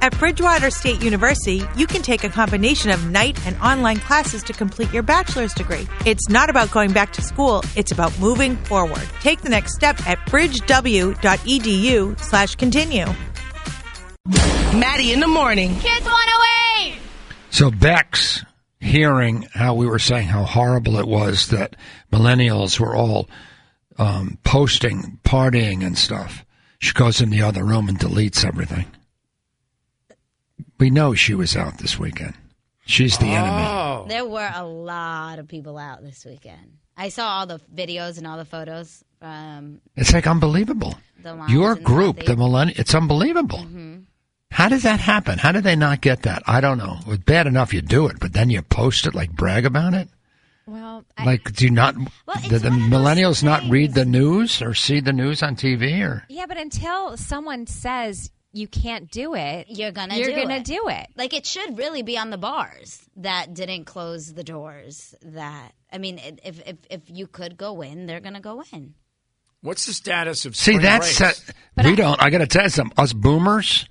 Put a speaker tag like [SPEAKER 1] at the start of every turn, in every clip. [SPEAKER 1] At Bridgewater State University, you can take a combination of night and online classes to complete your bachelor's degree. It's not about going back to school, it's about moving forward. Take the next step at bridgew.edu slash continue.
[SPEAKER 2] Maddie in the morning.
[SPEAKER 3] Kids want to wave.
[SPEAKER 4] So Beck's hearing how we were saying how horrible it was that millennials were all um, posting, partying, and stuff. She goes in the other room and deletes everything. We know she was out this weekend. She's the enemy.
[SPEAKER 5] Oh.
[SPEAKER 3] There were a lot of people out this weekend. I saw all the videos and all the photos from
[SPEAKER 4] It's like unbelievable.
[SPEAKER 3] the moms
[SPEAKER 4] Your
[SPEAKER 3] and
[SPEAKER 4] group, the
[SPEAKER 3] They,
[SPEAKER 4] millennial, it's unbelievable. How did that happen? How did they not get that? I don't know. It's bad enough you do it, but then you post it, like brag about it.
[SPEAKER 5] Well,
[SPEAKER 4] Like, do you not? do the
[SPEAKER 5] it's one of those
[SPEAKER 4] millennials not read
[SPEAKER 5] things.
[SPEAKER 4] the news or see the news on TV? Or
[SPEAKER 5] yeah, but until someone says you can't do it,
[SPEAKER 3] You're gonna
[SPEAKER 5] you're
[SPEAKER 3] do
[SPEAKER 5] gonna
[SPEAKER 3] it.
[SPEAKER 5] do it.
[SPEAKER 3] like it should really be on the bars that didn't close the doors. That I mean, it- if if if you could go in, they're gonna go in.
[SPEAKER 5] What's the status of
[SPEAKER 4] see, that's uh, that. we don't. I got to tell you something. Us boomers,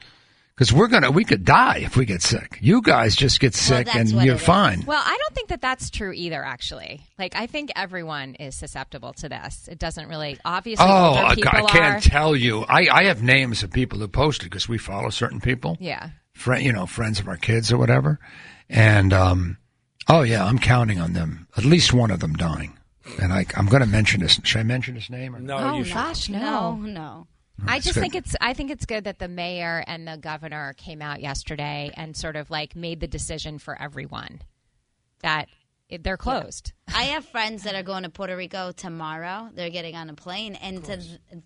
[SPEAKER 4] because we're gonna we could die if we get sick. You guys just get sick
[SPEAKER 3] that's
[SPEAKER 4] and
[SPEAKER 3] what
[SPEAKER 4] you're
[SPEAKER 3] it is.
[SPEAKER 4] fine.
[SPEAKER 5] Well, I don't think that that's true either. Actually, like I think everyone is susceptible to this. It doesn't really obviously.
[SPEAKER 4] Oh,
[SPEAKER 5] older
[SPEAKER 4] I,
[SPEAKER 5] people
[SPEAKER 4] I can't
[SPEAKER 5] are.
[SPEAKER 4] tell you. I, I have names of people who posted because we follow certain people.
[SPEAKER 5] yeah.
[SPEAKER 4] friend, you know, friends of our kids or whatever. And um, oh yeah, I'm counting on them. At least one of them dying. And I, I'm going to mention this. Should I mention his name? Or
[SPEAKER 5] Oh, gosh,
[SPEAKER 3] no,
[SPEAKER 5] no.
[SPEAKER 3] no.
[SPEAKER 5] I just
[SPEAKER 4] Oh, good.
[SPEAKER 5] think it's I think it's good that the mayor and the governor came out yesterday and sort of like made the decision for everyone that it, they're closed.
[SPEAKER 3] I have friends that are going to Puerto Rico tomorrow. They're getting on a plane, and to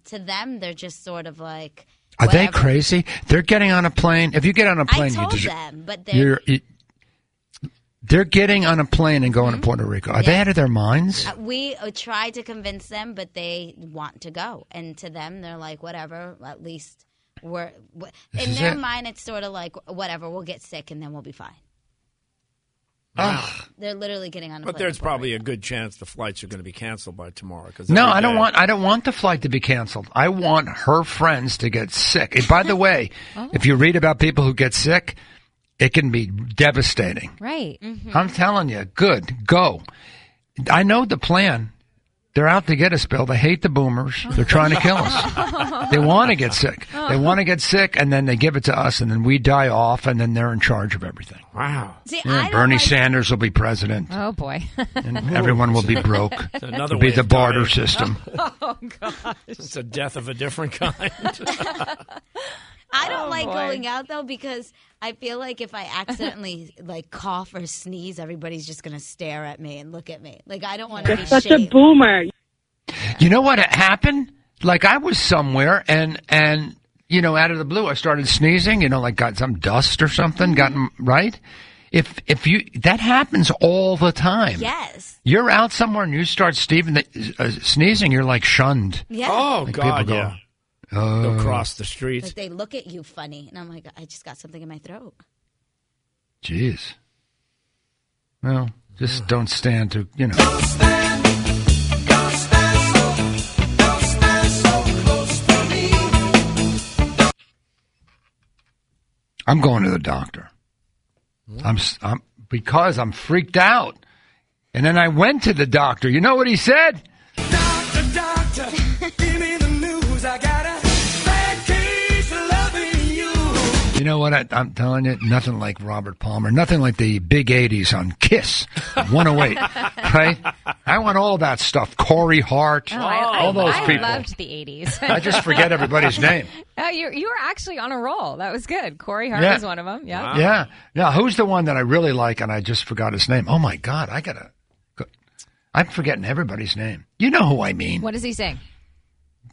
[SPEAKER 3] to them, they're just sort of like.
[SPEAKER 4] Are they
[SPEAKER 3] whatever.
[SPEAKER 4] crazy? They're getting on a plane. If you get on a
[SPEAKER 3] I
[SPEAKER 4] plane,
[SPEAKER 3] told
[SPEAKER 4] you just,
[SPEAKER 3] them, but they
[SPEAKER 4] you're. You, they're getting on a plane and going to Puerto Rico. Are they out of their minds?
[SPEAKER 3] We uh, tried to convince them, but they want to go. And to them, they're like, whatever, at least we're. wh-
[SPEAKER 4] This
[SPEAKER 3] in
[SPEAKER 4] is
[SPEAKER 3] their
[SPEAKER 4] it.
[SPEAKER 3] mind, it's sort of like, whatever, we'll get sick and then we'll be fine.
[SPEAKER 4] Ugh.
[SPEAKER 3] They're literally getting on a
[SPEAKER 6] But
[SPEAKER 3] plane
[SPEAKER 6] there's
[SPEAKER 3] for it.
[SPEAKER 6] probably a good chance the flights are going to be canceled by tomorrow. Cause
[SPEAKER 4] No,
[SPEAKER 6] every
[SPEAKER 4] I don't
[SPEAKER 6] day-
[SPEAKER 4] want. I don't want the flight to be canceled. I want her friends to get sick. And by the way,
[SPEAKER 6] Oh.
[SPEAKER 4] if you read about people who get sick, it can be devastating.
[SPEAKER 5] Right.
[SPEAKER 6] Mm-hmm.
[SPEAKER 4] I'm telling you, good, go. I know the plan. They're out to get us, Bill. They hate the boomers. They're trying to kill us. they want to get sick. They want to get sick, and then they give it to us, and then we die off, and then they're in charge of everything.
[SPEAKER 6] Wow,
[SPEAKER 3] See,
[SPEAKER 4] Yeah,
[SPEAKER 3] I don't
[SPEAKER 4] Bernie
[SPEAKER 3] like-
[SPEAKER 4] Sanders will be president,
[SPEAKER 5] Oh boy.
[SPEAKER 4] and everyone will be broke.
[SPEAKER 6] another
[SPEAKER 4] It'll be
[SPEAKER 6] way
[SPEAKER 4] the
[SPEAKER 6] of
[SPEAKER 4] barter
[SPEAKER 6] dying.
[SPEAKER 4] system.
[SPEAKER 6] It's a death of a different kind.
[SPEAKER 3] I don't like going out though because I feel like if I accidentally like cough or sneeze, everybody's just gonna stare at me and look at me. Like I don't want to be
[SPEAKER 7] Such a
[SPEAKER 3] shamed.
[SPEAKER 7] boomer.
[SPEAKER 4] You know what happened? Like I was somewhere and and you know out of the blue I started sneezing. You know, like got some dust or something. Got right. If if you that happens all the time.
[SPEAKER 3] Yes.
[SPEAKER 4] You're out somewhere and you start Stephen uh, sneezing. You're like shunned.
[SPEAKER 3] Yeah.
[SPEAKER 6] oh
[SPEAKER 4] Like
[SPEAKER 6] God,
[SPEAKER 4] people go, "Oh."
[SPEAKER 6] yeah. They'll cross the street.
[SPEAKER 3] Like they look at you funny, and I'm like, I just got something in my throat.
[SPEAKER 4] Jeez. Well, just don't stand to you know. I'm going to the doctor. I'm, s- I'm because I'm freaked out. And then I went to the doctor. You know what he said?
[SPEAKER 8] Doctor, doctor, give me the news. I got a bad case of loving you.
[SPEAKER 4] You know what? I, I'm telling you, nothing like Robert Palmer. Nothing like the big 80s on Kiss 108. right? I want all that stuff. Corey Hart,
[SPEAKER 8] Oh.
[SPEAKER 5] I, I-
[SPEAKER 4] all those
[SPEAKER 5] I
[SPEAKER 4] people.
[SPEAKER 5] loved the 80s.
[SPEAKER 4] I just forget everybody's name.
[SPEAKER 5] oh, you you were actually on a roll. That was good. Corey Hart
[SPEAKER 4] Yeah.
[SPEAKER 5] was one of them. Yeah.
[SPEAKER 4] Yeah. Now, who's the one that I really like and I just forgot his name? Oh my God, I gotta. go- I'm forgetting everybody's name. You know who I mean.
[SPEAKER 5] What does he sing?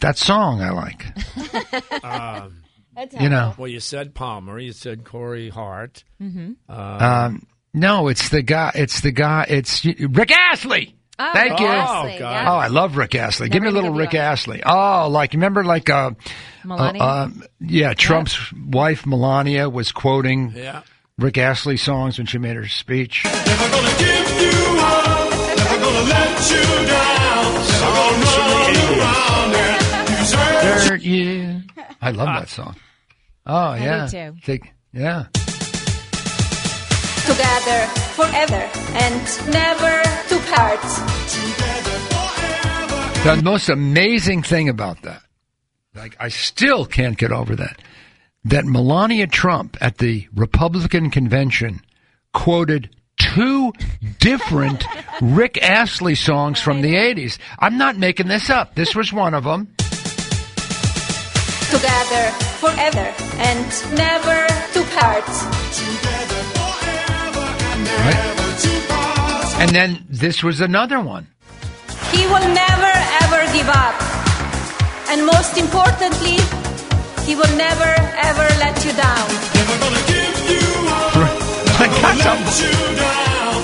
[SPEAKER 4] That song I like.
[SPEAKER 3] That's
[SPEAKER 4] You know.
[SPEAKER 6] Well, you said Palmer. You said Corey Hart.
[SPEAKER 4] Um, no, it's the guy. It's the guy. It's Rick Astley.
[SPEAKER 5] Oh,
[SPEAKER 4] Thank you.
[SPEAKER 5] Astley,
[SPEAKER 6] Oh,
[SPEAKER 4] Oh,
[SPEAKER 6] God.
[SPEAKER 5] yeah.
[SPEAKER 4] I love Rick Astley. Give me a
[SPEAKER 5] Never
[SPEAKER 4] little
[SPEAKER 5] think
[SPEAKER 4] Rick
[SPEAKER 5] of you.
[SPEAKER 4] Astley. Oh, like remember, like uh, uh,
[SPEAKER 5] Melania.
[SPEAKER 4] uh, yeah, Trump's wife Melania was quoting
[SPEAKER 6] Yeah.
[SPEAKER 4] Rick Astley songs when she made her speech.
[SPEAKER 8] Never gonna give you up. Never gonna let you down. Never gonna run around and desert
[SPEAKER 4] Dirt you. I love that song. Oh yeah.
[SPEAKER 5] do too.
[SPEAKER 4] Think- Yeah.
[SPEAKER 2] together forever and never to part.
[SPEAKER 4] The most amazing thing about that, like I still can't get over that, that Melania Trump at the Republican convention quoted two different Rick Astley songs from the 80s. I'm not making this up. This was one of them.
[SPEAKER 2] Together forever and never to part.
[SPEAKER 4] And then this was another one.
[SPEAKER 2] He will never ever give up. And most importantly, he will never ever let you down.
[SPEAKER 4] Like, that's a-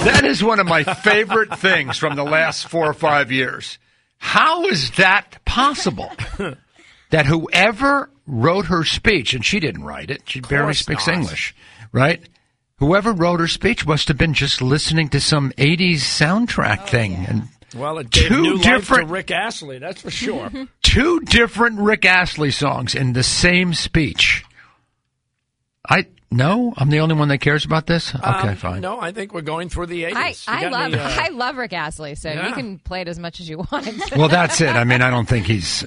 [SPEAKER 4] that is one of my favorite things from the last four or five years. How is that possible? that whoever wrote her speech, and she didn't write it, she barely
[SPEAKER 6] course
[SPEAKER 4] speaks
[SPEAKER 6] not.
[SPEAKER 4] English, right? Whoever wrote her speech must have been just listening to some 80s soundtrack thing. And
[SPEAKER 6] Oh, Well, it gave
[SPEAKER 4] Two
[SPEAKER 6] new life
[SPEAKER 4] different-
[SPEAKER 6] to Rick Astley, that's for sure.
[SPEAKER 4] two different Rick Astley songs in the same speech. I no, I'm the only one that cares about this. Okay,
[SPEAKER 6] Um,
[SPEAKER 4] fine.
[SPEAKER 6] No, I think we're going through the 80s.
[SPEAKER 5] I, I
[SPEAKER 6] You got
[SPEAKER 5] love
[SPEAKER 6] any, uh,
[SPEAKER 5] I love Rick Astley, so
[SPEAKER 6] Yeah.
[SPEAKER 5] you can play it as much as you want.
[SPEAKER 4] Well, that's it. I mean, I don't think he's.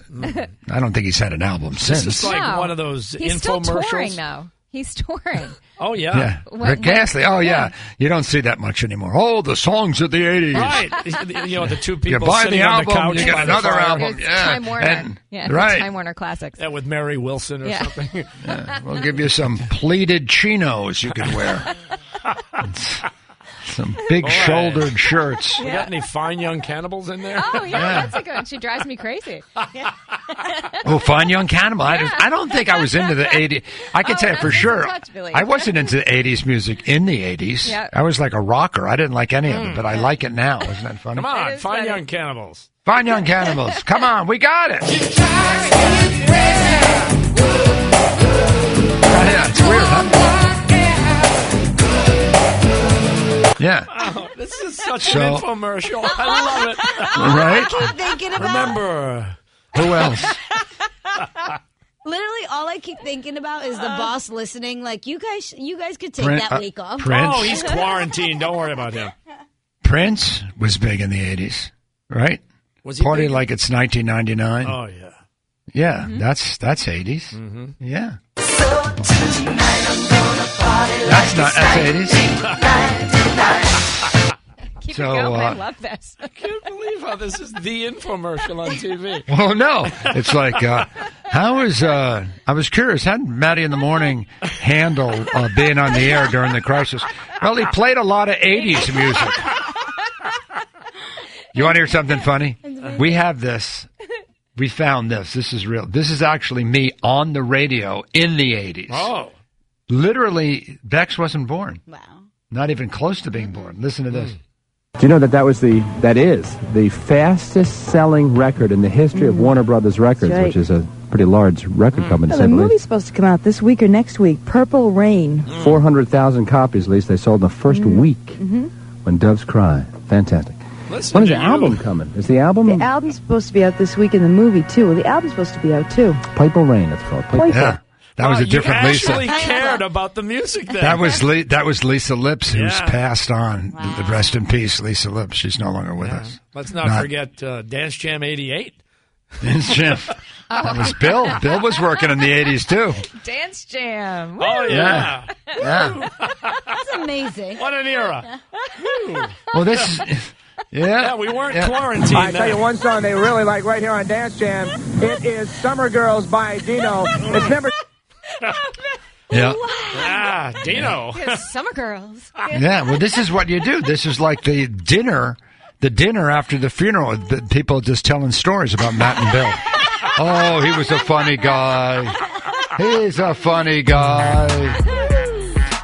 [SPEAKER 4] I don't think he's had an album since.
[SPEAKER 6] is like-
[SPEAKER 5] No.
[SPEAKER 6] one of those
[SPEAKER 5] He's still
[SPEAKER 6] infomercials.
[SPEAKER 5] touring though. He's touring.
[SPEAKER 6] oh, yeah.
[SPEAKER 4] yeah,
[SPEAKER 5] What-
[SPEAKER 4] Rick
[SPEAKER 5] what-
[SPEAKER 4] Astley. Oh yeah. you don't see that much anymore. Oh, the songs of the '80s.
[SPEAKER 6] Right. you know, the two people
[SPEAKER 4] You buy the
[SPEAKER 6] sitting on the
[SPEAKER 4] album,
[SPEAKER 6] couch
[SPEAKER 4] you get
[SPEAKER 6] by the
[SPEAKER 4] another
[SPEAKER 6] fire.
[SPEAKER 4] album.
[SPEAKER 5] It's
[SPEAKER 4] yeah,
[SPEAKER 5] Time Warner.
[SPEAKER 4] and-
[SPEAKER 5] yeah,
[SPEAKER 4] right.
[SPEAKER 5] Time Warner Classics.
[SPEAKER 6] Yeah, with Mary Wilson or
[SPEAKER 5] Yeah.
[SPEAKER 6] something.
[SPEAKER 4] We'll give you some pleated chinos you can wear. some big-shouldered shirts.
[SPEAKER 6] We got any fine young cannibals in there?
[SPEAKER 5] Oh yeah,
[SPEAKER 4] Yeah.
[SPEAKER 5] that's a good one. She drives me crazy.
[SPEAKER 4] Oh, Fine Young Cannibal. I, just, I don't think I was into the 80s. I can
[SPEAKER 5] Oh,
[SPEAKER 4] tell you for
[SPEAKER 5] nothing's
[SPEAKER 4] sure.
[SPEAKER 5] touched, Billy.
[SPEAKER 4] I wasn't into the 80s music in the 80s.
[SPEAKER 5] Yeah.
[SPEAKER 4] I was like a rocker. I didn't like any of it, but I like it now. Isn't that funny?
[SPEAKER 6] Come on,
[SPEAKER 5] is
[SPEAKER 6] fine
[SPEAKER 5] funny.
[SPEAKER 6] young cannibals.
[SPEAKER 4] Fine Young Cannibals. Come on. We got it. Yeah, it's weird, huh? Yeah,
[SPEAKER 6] Oh, this is such an
[SPEAKER 4] So-
[SPEAKER 6] infomercial. I love it.
[SPEAKER 4] right?
[SPEAKER 3] Thinking about
[SPEAKER 6] Remember,
[SPEAKER 4] Who else?
[SPEAKER 3] literally all I keep thinking about is the
[SPEAKER 2] Uh,
[SPEAKER 3] boss listening. Like you guys, you guys could take
[SPEAKER 4] Prin-
[SPEAKER 3] that
[SPEAKER 4] uh,
[SPEAKER 3] week off.
[SPEAKER 4] Prince.
[SPEAKER 6] oh, he's quarantined. Don't worry about him.
[SPEAKER 4] Prince was big in the 80s, right?
[SPEAKER 6] Was he
[SPEAKER 4] Party
[SPEAKER 6] big?
[SPEAKER 4] like it's 1999.
[SPEAKER 6] Oh Mm-hmm. yeah.
[SPEAKER 4] Yeah, that's that's 80s. Yeah. That's not that's 80s.
[SPEAKER 5] Keep
[SPEAKER 4] So,
[SPEAKER 5] it going. I
[SPEAKER 4] uh,
[SPEAKER 5] love this.
[SPEAKER 6] Can't believe how this is the infomercial on TV.
[SPEAKER 4] Well, no, it's like uh, how is uh, I was curious how did Matty in the morning handle uh, being on the air during the crisis? Well, he played a lot of 80s music. You want to hear something funny? We have this. We found this. This is real. This is actually me on the radio in the 80s.
[SPEAKER 6] Oh,
[SPEAKER 4] Literally, Bex wasn't born.
[SPEAKER 3] Wow.
[SPEAKER 4] Not even close to being born. Listen to this.
[SPEAKER 7] Do you know that that was the that is the fastest selling record in the history of Warner Brothers Records,
[SPEAKER 9] Mm. That's right.
[SPEAKER 7] which is a pretty large record company.
[SPEAKER 9] Well, the movie's supposed to come out this week or next week. Purple Rain.
[SPEAKER 7] Mm.
[SPEAKER 9] Mm.
[SPEAKER 7] Four hundred thousand copies, at least they sold in the 1st week.
[SPEAKER 9] Mm-hmm.
[SPEAKER 7] When doves cry, fantastic.
[SPEAKER 6] listen.
[SPEAKER 7] When is
[SPEAKER 6] to
[SPEAKER 7] the
[SPEAKER 6] you.
[SPEAKER 7] album coming? Is the album
[SPEAKER 9] The album's supposed to be out this week, and the movie too. Well, the album's supposed to be out too.
[SPEAKER 7] Purple Rain? It's called. Purple-
[SPEAKER 9] Playful.
[SPEAKER 4] Yeah, that was
[SPEAKER 6] Wow,
[SPEAKER 4] a different
[SPEAKER 6] Uh, you
[SPEAKER 4] Lisa.
[SPEAKER 6] actually cared about the music then.
[SPEAKER 4] That was Li- that was Lisa Lips, who's
[SPEAKER 6] Yeah.
[SPEAKER 4] passed on. The Rest in peace, Lisa Lips. She's no longer with us.
[SPEAKER 6] Let's not,
[SPEAKER 4] Not-
[SPEAKER 6] forget uh, Dance Jam '88.
[SPEAKER 4] It's Jim. That was Bill. Bill was working in the eighties too.
[SPEAKER 5] Dance Jam.
[SPEAKER 6] Oh
[SPEAKER 4] Yeah.
[SPEAKER 6] yeah.
[SPEAKER 4] Yeah.
[SPEAKER 3] That's amazing.
[SPEAKER 6] What an era.
[SPEAKER 4] Well, this is.
[SPEAKER 6] Yeah,
[SPEAKER 4] Yeah.
[SPEAKER 6] we weren't
[SPEAKER 4] Yeah.
[SPEAKER 6] quarantined.
[SPEAKER 10] I tell you
[SPEAKER 6] then.
[SPEAKER 10] one song they really like right here on Dance Jam. It is Summer Girls by Dino.
[SPEAKER 4] Oh.
[SPEAKER 10] It's number
[SPEAKER 4] Yeah.
[SPEAKER 6] Ah, Dino.
[SPEAKER 5] Summer Girls.
[SPEAKER 4] Yeah. Well, this is what you do. This is like the dinner, the dinner after the funeral. The people just telling stories about Matt and Bill. Oh, he was a funny guy. He's a funny guy.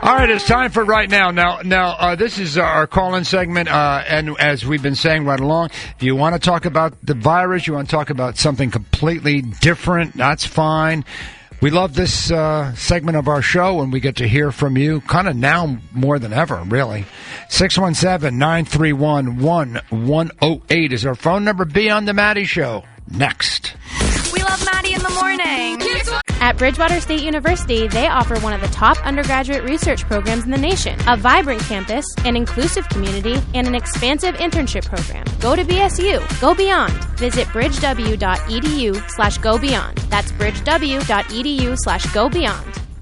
[SPEAKER 4] All right, it's time for right now. Now, now uh, this is our call-in segment, uh, and as we've been saying right along, if you want to talk about the virus, you want to talk about something completely different, that's fine. We love this uh, segment of our show, and we get to hear from you kind of now more than ever, really. 617-931-1108 is our phone number. Be on the Maddie Show next.
[SPEAKER 2] We love Maddie
[SPEAKER 11] in the morning. At Bridgewater State University, they offer one of the top undergraduate research programs in the nation, a vibrant campus, an inclusive community, and an expansive internship program. Go to BSU. Go beyond. Visit E bridgew.edu E slash go beyond. That's bridgew.edu slash go beyond.